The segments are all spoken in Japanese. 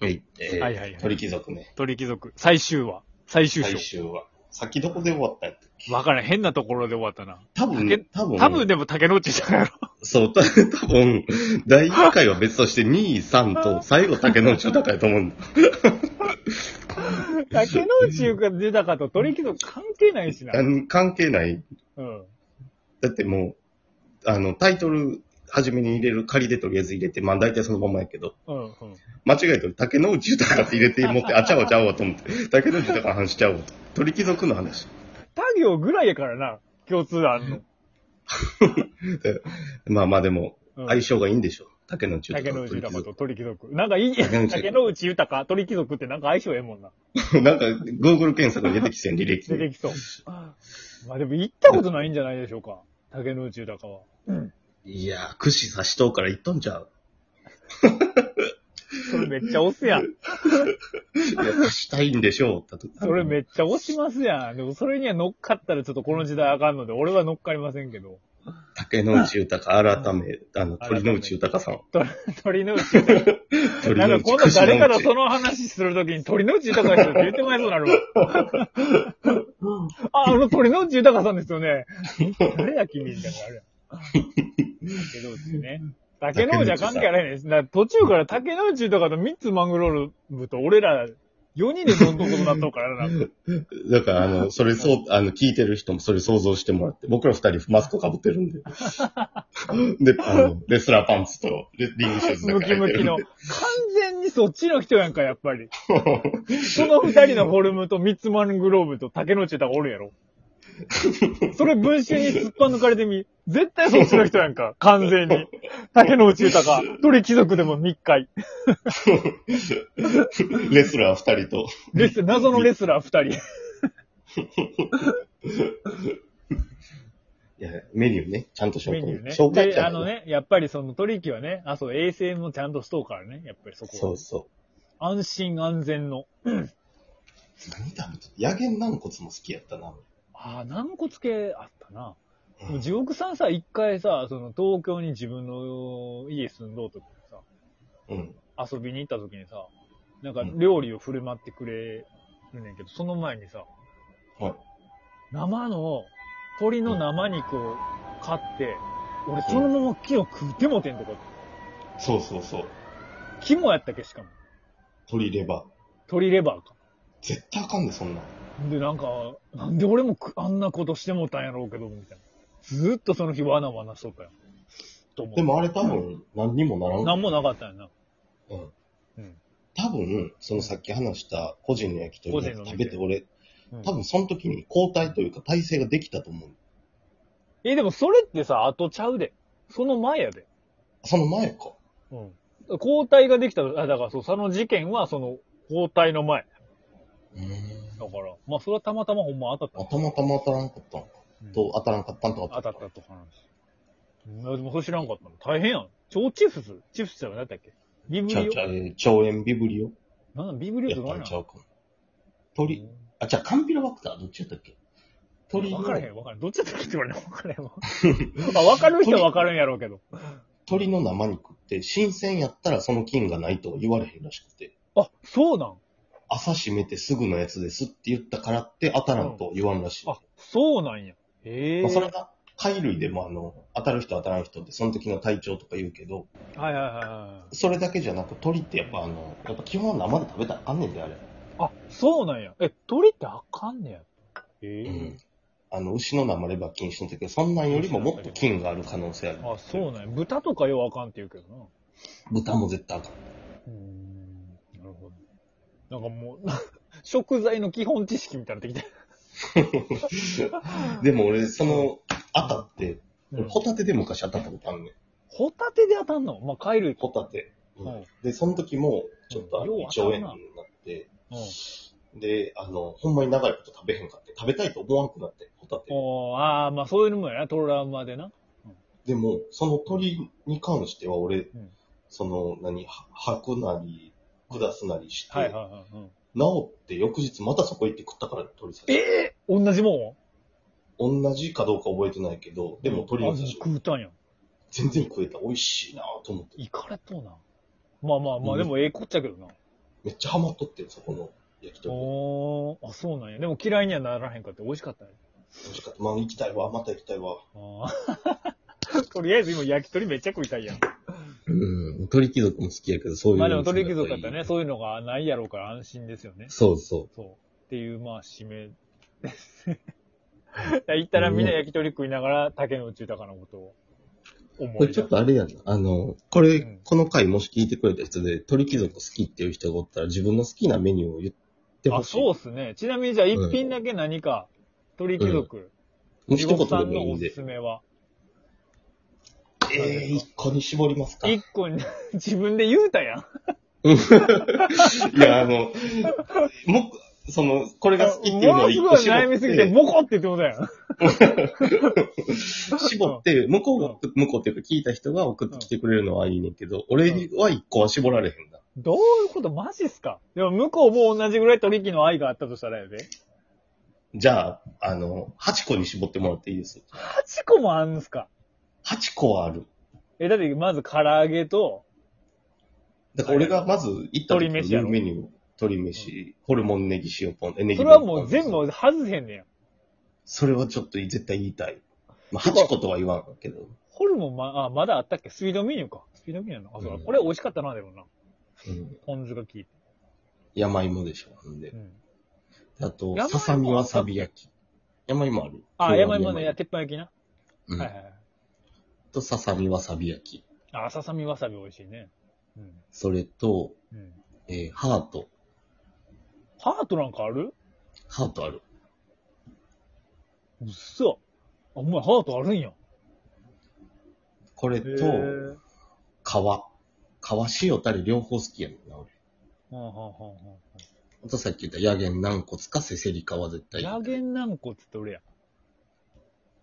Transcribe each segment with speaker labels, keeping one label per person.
Speaker 1: はい。えー
Speaker 2: はいはいはい
Speaker 1: 鳥貴族ね。
Speaker 2: 鳥貴族、最終話。最終章
Speaker 1: 最。終は。先どこで終わったやったっけ
Speaker 2: わからん。変なところで終わったな。
Speaker 1: 多分
Speaker 2: 竹、
Speaker 1: 多分、
Speaker 2: 多分でも竹野内さんやろ。
Speaker 1: そう、た 多分、第1回は別として、2位、3と、 最後、竹野内豊やと思うんだ。
Speaker 2: 竹野内が出たかと鳥貴族関係ないしな。
Speaker 1: 何関係ない。
Speaker 2: うん。
Speaker 1: だってもう、あの、タイトル、初めに入れる、仮でとりあえず入れて、まあ大体そのままやけど、
Speaker 2: うん、うん。
Speaker 1: 間違えて竹野内豊って入れて持っ て、あちゃおちゃおわと思って、竹野内豊の話しちゃおうと。鳥貴族の話。
Speaker 2: 他行ぐらいやからな。共通あんの。
Speaker 1: まあまあでも、
Speaker 2: うん
Speaker 1: 相性がいいんでしょう。竹野内
Speaker 2: 竹
Speaker 1: 豊
Speaker 2: 野
Speaker 1: と
Speaker 2: 内
Speaker 1: 鳥貴
Speaker 2: 豊
Speaker 1: 族。
Speaker 2: と鳥貴族。なんかいい、
Speaker 1: 竹野内
Speaker 2: 竹野内豊か、鳥貴族ってなんか相性ええもんな。
Speaker 1: なんか、Google 検索に出てきてん、履歴
Speaker 2: 出て
Speaker 1: で。
Speaker 2: きそう。まあでも行ったことないんじゃないでしょうか。竹野内豊は。
Speaker 1: いやー、串刺しとうから言っとんちゃう。
Speaker 2: それめっちゃ押すやん。
Speaker 1: いや、刺したいんでしょう。だと
Speaker 2: それめっちゃ押しますやん。でもそれには乗っかったらちょっとこの時代あかんので、俺は乗っかりませんけど。
Speaker 1: 竹野内豊、改め、あの、鳥野内豊さん。
Speaker 2: 鳥 鳥の内豊。
Speaker 1: 鳥
Speaker 2: な
Speaker 1: 野
Speaker 2: ん
Speaker 1: 内
Speaker 2: か今度誰かの
Speaker 1: 串の
Speaker 2: その話するときに鳥の内豊さんって言ってまいそうになるわ。あ、あの鳥の内豊さんですよね。誰や君みたいなのあるやん。竹野内ね。竹野内は関係あらへんね。だから途中から竹野内豊とミッツマングローブと俺ら4人でどんどんことになっとうからな。
Speaker 1: 内だから、あの、それ そう、あの、聞いてる人もそれ想像してもらって、僕ら二人マスク被ってるんで。で、あの、レスラーパンツと、レリングシューズ
Speaker 2: ムキムキの。完全にそっちの人やんか、やっぱり。
Speaker 1: の。
Speaker 2: その二人のフォルムとミッツマングローブと竹野内豊がおるやろ。それ文集に突っぱ抜かれてみ。絶対そっちの人やんか。完全に。竹野内豊か。どれ貴族でも密会。
Speaker 1: レスラー二人と。
Speaker 2: レス、謎のレスラー二人。
Speaker 1: いや、メニューね、ちゃんと紹
Speaker 2: メ
Speaker 1: 介。
Speaker 2: ニューね。
Speaker 1: 紹介
Speaker 2: で、あの。ね、やっぱりその取引はね、あ、そう、衛生もちゃんとしとうからね。やっぱりそこは
Speaker 1: そうそう。
Speaker 2: 安心安全の。
Speaker 1: 何だヤゲン軟骨も好きやったな。
Speaker 2: ああ、軟骨系あったな。
Speaker 1: う
Speaker 2: でも
Speaker 1: ん
Speaker 2: 地獄さんさ、一回さ、その東京に自分の家住んどうときにさ、
Speaker 1: うん。
Speaker 2: 遊びに行った時にさ、なんか料理を振る舞ってくれるねんけど、その前にさ、
Speaker 1: はい。
Speaker 2: 生の、鶏の生肉を買って、俺そのまま肝食うてもうてんとか、
Speaker 1: そうそうそう。
Speaker 2: 肝やったっけしかも。
Speaker 1: 鶏レバー。
Speaker 2: 鶏レバーか。
Speaker 1: 絶対あかんで、そんなん。
Speaker 2: で、なんか、なんで俺もくあんなことしてもうたんやろうけど、みたいな。ずーっとその日わなわなしとったよ。と思う
Speaker 1: でもあれ多分、何にもならん。
Speaker 2: なんもなかったんやな。
Speaker 1: うん。
Speaker 2: うん。
Speaker 1: 多分、そのさっき話した個人の焼き
Speaker 2: 個
Speaker 1: 鳥
Speaker 2: 人
Speaker 1: な
Speaker 2: の
Speaker 1: ん
Speaker 2: ね
Speaker 1: か食べて、俺、
Speaker 2: うん
Speaker 1: 多分その時に交代というか体制ができたと思う。
Speaker 2: え、でもそれってさ、後ちゃうで。その前やで。
Speaker 1: その前か。
Speaker 2: うん。交代ができた、あ、だからそう、その事件はその交代の前。だから、まあそれはたまたまほんま当た
Speaker 1: あ
Speaker 2: った
Speaker 1: またま当たらんかったのか。
Speaker 2: た。
Speaker 1: と、当たらんかったんと
Speaker 2: うん当
Speaker 1: か。
Speaker 2: たったと話。うんでもそれ知らんかったの。大変やん。超チフスチフスちゃう何だっけビブ
Speaker 1: ちゃう
Speaker 2: リ
Speaker 1: ちゃう、えー腸炎ビブリオ
Speaker 2: オなんなんビブリオ
Speaker 1: や
Speaker 2: じゃ
Speaker 1: っ
Speaker 2: な
Speaker 1: た
Speaker 2: い
Speaker 1: ん
Speaker 2: な
Speaker 1: ちゃ。うかも。鳥、あ、じゃあカンピロバクターどっちやったっけ鳥
Speaker 2: わからへ
Speaker 1: の、
Speaker 2: ん、わからへん。どっちだったっけって言われてもわからへんわ。まあわかる人はわかるんやろうけど。
Speaker 1: 鳥の生肉って新鮮やったらその菌がないとは言われへんらしくて。
Speaker 2: あ、そうなん
Speaker 1: 朝閉めてすぐのやつですって言ったからって当たらんと言わんらしい。
Speaker 2: あ、そうなんや。へえ
Speaker 1: まあ、それが、貝類でもあの、当たる人当たらん人ってその時の体調とか言うけど、
Speaker 2: はいはいはいはい。
Speaker 1: それだけじゃなく鳥ってやっぱあの、やっぱ基本は生で食べたらあかんねんで、あれ。
Speaker 2: あ、そうなんや。え、鳥ってあかんねや。
Speaker 1: う
Speaker 2: ええ
Speaker 1: ん。あの、牛の生レバー禁止の時は、そんなんよりももっと菌がある可能性ある。
Speaker 2: あ、そうなんや。豚とかようあかんって言うけどな。
Speaker 1: 豚も絶対あかん。
Speaker 2: うーん。なるほど。なんかもう、 食材の基本知識みたいになってきて。
Speaker 1: でも俺、その、当たって、
Speaker 2: うん
Speaker 1: ホタテで昔当たったことあんねん。
Speaker 2: ホタテで当たんのまあ、貝類。
Speaker 1: ホタテ。うん
Speaker 2: はい
Speaker 1: で、その時も、ちょっとあの、
Speaker 2: うんよ
Speaker 1: 胃
Speaker 2: う
Speaker 1: 腸
Speaker 2: 当た
Speaker 1: 炎
Speaker 2: る
Speaker 1: にな
Speaker 2: な
Speaker 1: って、
Speaker 2: うん。
Speaker 1: で、あの、ほんまに長いこと食べへんかって、食べたいと思わんくなって、ホタテ。
Speaker 2: おーああ、まあそういうのもやな。トラウマでな。
Speaker 1: でも、その鳥に関しては俺、
Speaker 2: ん
Speaker 1: その、何、は吐くなり、下すなりして、
Speaker 2: はいはいはい。うん、
Speaker 1: 治って翌日またそこ行って食ったから鳥刺し。
Speaker 2: ええ同じも
Speaker 1: 同じかどうか覚えてないけど、
Speaker 2: ん
Speaker 1: でも鳥の
Speaker 2: あ
Speaker 1: 刺し、
Speaker 2: 食うたんや。
Speaker 1: 全然食えた。美味しいなぁと思って。
Speaker 2: いかれとうな。まあまあまあ、でもええこっちゃけどな。
Speaker 1: めっちゃハマっとってん、そこの焼き鳥。
Speaker 2: おー、あ、そうなんや。でも嫌いにはならへんかって美味しかったね。
Speaker 1: 美味しかった。まあ、行きたいわ。また行きたいわ。
Speaker 2: あーとりあえず今焼き鳥めっちゃ食いたいやん。
Speaker 1: うん。鳥貴族も好きやけど、そういう
Speaker 2: まあで
Speaker 1: の
Speaker 2: も
Speaker 1: も好き
Speaker 2: 鳥貴
Speaker 1: や
Speaker 2: 族
Speaker 1: ら
Speaker 2: だったらね、。そういうのがないやろうから安心ですよね。
Speaker 1: そうそ
Speaker 2: そう。っていう、まあ、締めですね。行ったらみんな焼き鳥食いながら竹の内豊のことを
Speaker 1: う。
Speaker 2: 思
Speaker 1: これ
Speaker 2: い出
Speaker 1: ち
Speaker 2: す
Speaker 1: ょっとあれやな。あの、これ、
Speaker 2: うん
Speaker 1: この回もし聞いてくれた人で、鳥貴族好きっていう人がおったら、自分の好きなメニューを言ってほ
Speaker 2: あ、
Speaker 1: しい。
Speaker 2: そうっすね。ちなみにじゃあ一品だけ何か、鳥貴族、
Speaker 1: もう
Speaker 2: 地
Speaker 1: 一
Speaker 2: 獄
Speaker 1: 言
Speaker 2: さ
Speaker 1: で
Speaker 2: ん
Speaker 1: もい
Speaker 2: の
Speaker 1: い
Speaker 2: お
Speaker 1: ん
Speaker 2: す
Speaker 1: で。
Speaker 2: すめは。
Speaker 1: えー、一個に絞りますかい
Speaker 2: 一個に、自分で言うたやん。
Speaker 1: や、あの、もう、その、これが好きっていうのを一
Speaker 2: もの
Speaker 1: 個
Speaker 2: す
Speaker 1: 絞
Speaker 2: ご
Speaker 1: っ
Speaker 2: い
Speaker 1: て。
Speaker 2: 悩みすぎて、ボコって言ってもたやん。
Speaker 1: 絞って、向こうが、向こうっていうか聞いた人が送ってきてくれるのはいいねんけど、俺は一個は絞られへんな。
Speaker 2: どういうことマジっすかでも向こうも同じぐらい鳥貴の愛があったとしたらやで。
Speaker 1: じゃあ、あの、8個に絞ってもらっていいです。
Speaker 2: 8個もあんすか
Speaker 1: 8個はある。
Speaker 2: え、だってまず唐揚げと、
Speaker 1: だから俺がまず行った時
Speaker 2: 鶏
Speaker 1: の
Speaker 2: 飯やろ
Speaker 1: メニュー、鶏飯、ホルモンネギ塩ポン、えネギ
Speaker 2: それはもう全
Speaker 1: ポン
Speaker 2: 部外せへんねや。
Speaker 1: それはちょっと絶対言いたい。まあ、8個とは言わんけど。
Speaker 2: ホルモンま、あ、まだあったっけスピードメニューか。スピードメニューなのあ、そうだ。
Speaker 1: うん
Speaker 2: これ美味しかったな、でもな。
Speaker 1: うん。
Speaker 2: ポン酢が効いて。
Speaker 1: 山芋でしょ。んで
Speaker 2: う。ん。
Speaker 1: あと
Speaker 2: 山芋、
Speaker 1: ささみわさび焼き。山芋ある。
Speaker 2: あ、山芋
Speaker 1: の
Speaker 2: ね、鉄板焼きな。
Speaker 1: う
Speaker 2: はい
Speaker 1: ん
Speaker 2: は。いはい。
Speaker 1: と、ささみわさび焼き。
Speaker 2: あ、ささみわさび美味しいね。うん。
Speaker 1: それと、
Speaker 2: うん。
Speaker 1: えーハート。
Speaker 2: ハートなんかある
Speaker 1: ハートある。
Speaker 2: うっそ。あ、お前ハートあるんや。
Speaker 1: これ
Speaker 2: へ
Speaker 1: と、
Speaker 2: ー
Speaker 1: 皮。皮、塩、タレ両方好きやねんな、俺。
Speaker 2: はんはんはんはん。
Speaker 1: あとさっき言った、ヤゲン軟骨かせせりかは絶対。
Speaker 2: ヤゲン軟骨って俺や。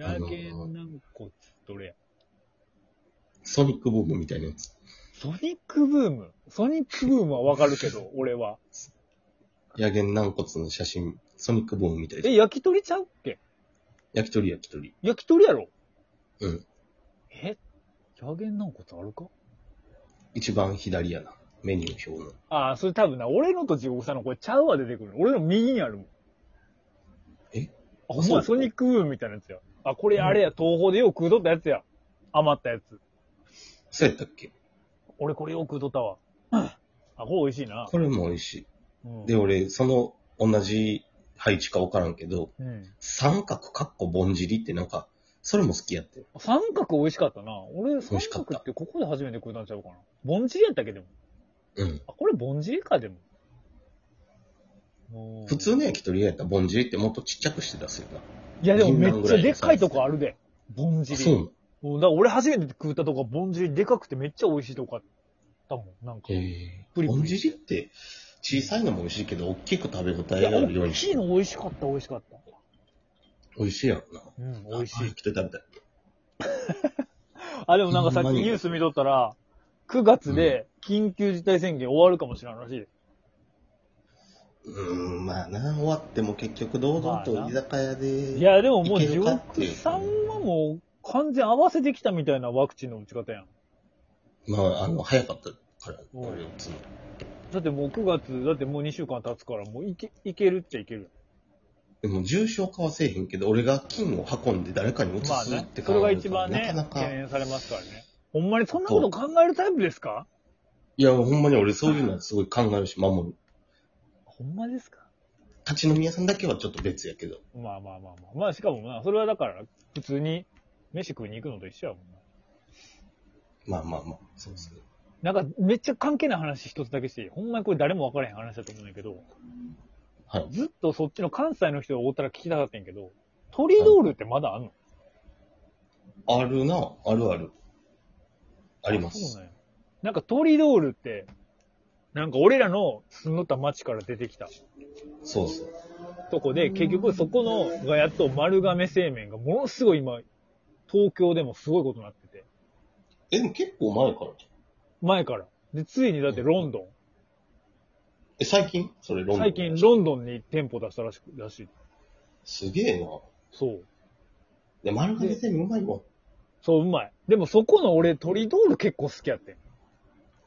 Speaker 1: あ
Speaker 2: ヤ
Speaker 1: のー
Speaker 2: ゲン軟骨って俺や。
Speaker 1: ソニックボムみたいなやつ。
Speaker 2: ソニックブームソニックブームはわかる けど、俺は。
Speaker 1: ヤゲン軟骨の写真、ソニックボーンみたいで
Speaker 2: え、
Speaker 1: す。
Speaker 2: 焼き鳥ちゃうっけ
Speaker 1: 焼き鳥焼き鳥。
Speaker 2: 焼き鳥やろ
Speaker 1: うん。
Speaker 2: えヤゲン軟骨あるか
Speaker 1: 一番左やな。メニュー表の。
Speaker 2: ああ、それ多分な、俺のと地獄さんのこれちゃうは出てくる。俺の右にあるもん。
Speaker 1: え
Speaker 2: あ、ほ
Speaker 1: あ
Speaker 2: ん
Speaker 1: そう
Speaker 2: まソニックブームみたいなやつや。あ、これあれや、東宝でよく食うとったやつや。余ったやつ。
Speaker 1: そうやったっけ
Speaker 2: 俺これよく食うとったわ。あ、これ美味しいな。
Speaker 1: これも美味し
Speaker 2: うん
Speaker 1: い。で、俺、その、同じ配置か分からんけど、
Speaker 2: うん。
Speaker 1: 三角かっこぼんじりってなんか、それも好きやってん。
Speaker 2: 三角美味しかったな。俺、
Speaker 1: 美
Speaker 2: 三
Speaker 1: 味しかった
Speaker 2: 角ってここで初めて食うたんちゃうかな。ぼんじりやったっけでも。
Speaker 1: うん。
Speaker 2: あ、これぼんじりか、でも。おー
Speaker 1: 普通の焼き鳥屋やったらぼんじりってもっとちっちゃくして出すよな。
Speaker 2: いや、でもめっ
Speaker 1: 銀杏ぐ
Speaker 2: ちゃ
Speaker 1: らいの
Speaker 2: でっかいとこあるで。ぼんじ
Speaker 1: あ
Speaker 2: り。
Speaker 1: そうなの
Speaker 2: うんだから俺初めて食ったとこはぼんじりでかくてめっちゃ美味しいとこあったもん。なんか。
Speaker 1: へ
Speaker 2: い
Speaker 1: え
Speaker 2: プリプ
Speaker 1: ぼ
Speaker 2: リ
Speaker 1: んじりって、小さいのも美味しいけど、大きく食べ応え
Speaker 2: や、
Speaker 1: があるよう
Speaker 2: 大
Speaker 1: に
Speaker 2: きいの美味しかった、美味しかった。
Speaker 1: 美味しいやろな。
Speaker 2: うん、美味し
Speaker 1: あ
Speaker 2: い
Speaker 1: 焼。き鳥食べたい。
Speaker 2: あ、でもなんかさっき
Speaker 1: ほんまに
Speaker 2: ニュース見とったら、9月で緊急事態宣言終わるかもしれんらしいで。
Speaker 1: うーん、まあな、終わっても結局堂々
Speaker 2: まあ
Speaker 1: と
Speaker 2: な
Speaker 1: 居酒屋で。
Speaker 2: いや、でももう
Speaker 1: いけ
Speaker 2: 地
Speaker 1: るかって
Speaker 2: 獄
Speaker 1: いう
Speaker 2: さんはもう完全合わせてきたみたいなワクチンの打ち方やん。
Speaker 1: まあ、あの、早かったから、
Speaker 2: おう
Speaker 1: 俺打つの
Speaker 2: だってもう9月、だってもう2週間経つからもういけ、いけるっちゃいける。
Speaker 1: でも、重症化はせえへんけど、俺が金を運んで誰かに移す
Speaker 2: まあ
Speaker 1: っ
Speaker 2: ね
Speaker 1: て、考
Speaker 2: それが
Speaker 1: える
Speaker 2: 一
Speaker 1: と、
Speaker 2: 番ね、
Speaker 1: なかな
Speaker 2: 懸
Speaker 1: か。い
Speaker 2: 念されますからね。ほんまにそんなこと考えるタイプですか
Speaker 1: や、ほんまに俺そういうのはすごい考えるし、守る。
Speaker 2: ほんまですか
Speaker 1: 立ち飲み屋さんだけはちょっと別やけど。
Speaker 2: まあまあまあまあ。まあしかもな、それはだから、普通に飯食いに行くのと一緒やもん
Speaker 1: まあまあまあ、そうですね。
Speaker 2: な。なんか、めっちゃ関係ない話一つだけしていい、ほんまにこれ誰も分からへん話だと思うんだけど、
Speaker 1: はい。
Speaker 2: ずっとそっちの関西の人がおったら聞きたかったんやけど、トリドールってまだあんの、
Speaker 1: あるな、あるある。ありま
Speaker 2: そう
Speaker 1: す。
Speaker 2: なんや。なんかトリドールって、なんか俺らの住んどった町から出てきた
Speaker 1: そうそう。
Speaker 2: とこで、結局そこのがやっと丸亀製麺がものすごい今、東京でもすごいことになってて、
Speaker 1: え、でも結構前から。
Speaker 2: 前から。で、ついにだってロンドン、
Speaker 1: え、最近それ、ロンドン。
Speaker 2: 最近ロンドンに店舗出したらしく、らしい。
Speaker 1: すげえな。
Speaker 2: そう。
Speaker 1: で、丸亀製麺うまいもん。
Speaker 2: そう、うまい。でもそこの俺、トリドール結構好きやってん。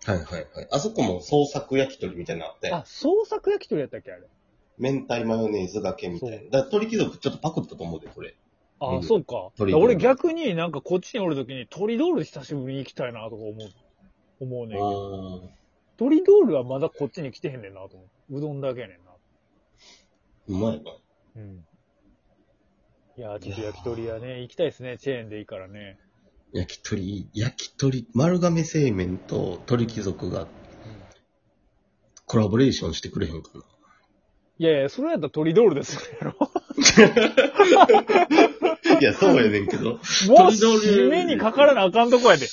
Speaker 1: はいはいはい。あそこも創作焼き鳥みたいなのあって、
Speaker 2: あ、創作焼き鳥やったっけあれ。
Speaker 1: 明太マヨネーズがけみたいな。だから鳥貴族ちょっとパクったと思うで、これ。
Speaker 2: あ、
Speaker 1: うん
Speaker 2: そうか。
Speaker 1: 鳥居
Speaker 2: 俺逆になんかこっちにおるときに鳥ドール久しぶりに行きたいなとか思う、思うねんけど。
Speaker 1: あ
Speaker 2: 鳥ドールはまだこっちに来てへんねんなと思う。うどんだけやねんな。
Speaker 1: ーうまいな。
Speaker 2: うん。いやー、ちょっと焼き鳥屋ね、行きたいですね。チェーンでいいからね。
Speaker 1: 焼き鳥、焼き鳥、丸亀製麺と鳥貴族がコラボレーションしてくれへんかな。
Speaker 2: いやいや、それやったら鳥ドールです やろ。
Speaker 1: いや、そうやねんけど。
Speaker 2: もう
Speaker 1: 鳥ドール
Speaker 2: 締めにかからなあかんとこやで。
Speaker 1: い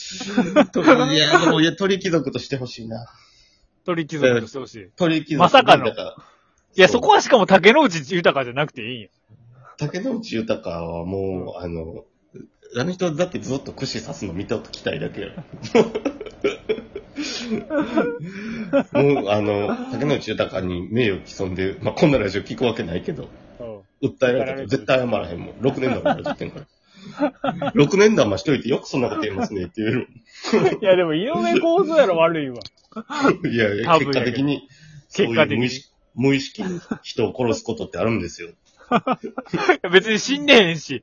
Speaker 1: や、でも、いや、鳥貴族としてほしいな。
Speaker 2: 鳥貴族としてほしい。
Speaker 1: 鳥貴族。
Speaker 2: まさかの
Speaker 1: だら
Speaker 2: いや、そこはしかも竹之内豊じゃなくていいんや。
Speaker 1: 竹野内豊はもう、あの、あの人だってずっと串刺すの見たときたいだ けやろ。もう、あの、竹野内豊に名誉毀損で、まあ、こんなラジオ聞くわけないけど、
Speaker 2: うん。
Speaker 1: 訴えられたら絶対謝らへんもん。6年間もやってんから。6年 間ましといてよくそんなこと言いますねって言える。
Speaker 2: いや、でも井上構造やろ、悪いわ。
Speaker 1: いやいや、
Speaker 2: 多
Speaker 1: 結
Speaker 2: 分やけど
Speaker 1: 果的に、そう
Speaker 2: 結果
Speaker 1: いう
Speaker 2: 的
Speaker 1: 無
Speaker 2: に
Speaker 1: 意識無意識に人を殺すことってあるんですよ。
Speaker 2: いや 別に死んでへん し。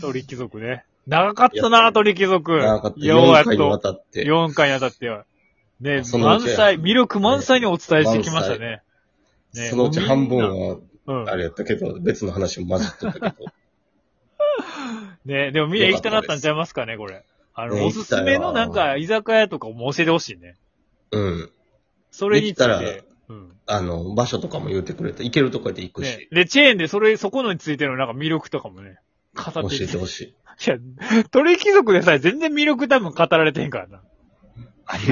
Speaker 2: 鳥貴族ね。長かったな、鳥貴族。
Speaker 1: 長かった。
Speaker 2: よう
Speaker 1: 4
Speaker 2: やっ
Speaker 1: 回にわ
Speaker 2: と、
Speaker 1: たって。
Speaker 2: 4回にあたっては。ね、
Speaker 1: そのう
Speaker 2: 満
Speaker 1: ち
Speaker 2: 載、魅力満載にお伝えしてきましたね。ね
Speaker 1: そのうち半分は、
Speaker 2: うん。
Speaker 1: あれやったけど、別の話も混じってたけど。
Speaker 2: ね、でもみんな行きたなったんちゃいますかね、これ。あ
Speaker 1: ね
Speaker 2: の、おすすめ
Speaker 1: 行きた
Speaker 2: のない
Speaker 1: わ
Speaker 2: んか、居酒屋とかも教えてほしいね。
Speaker 1: うん。
Speaker 2: それについ
Speaker 1: でき
Speaker 2: て。うん。
Speaker 1: あの、場所とかも言ってくれた。行けるとこで行く
Speaker 2: ね
Speaker 1: し。、
Speaker 2: で、チェーンでそれ、そこのについてのなんか魅力とかもね、語
Speaker 1: 教
Speaker 2: って
Speaker 1: え
Speaker 2: い
Speaker 1: てほしい。
Speaker 2: や、鳥貴族でさえ全然魅力多分語られてへんからな。
Speaker 1: ありが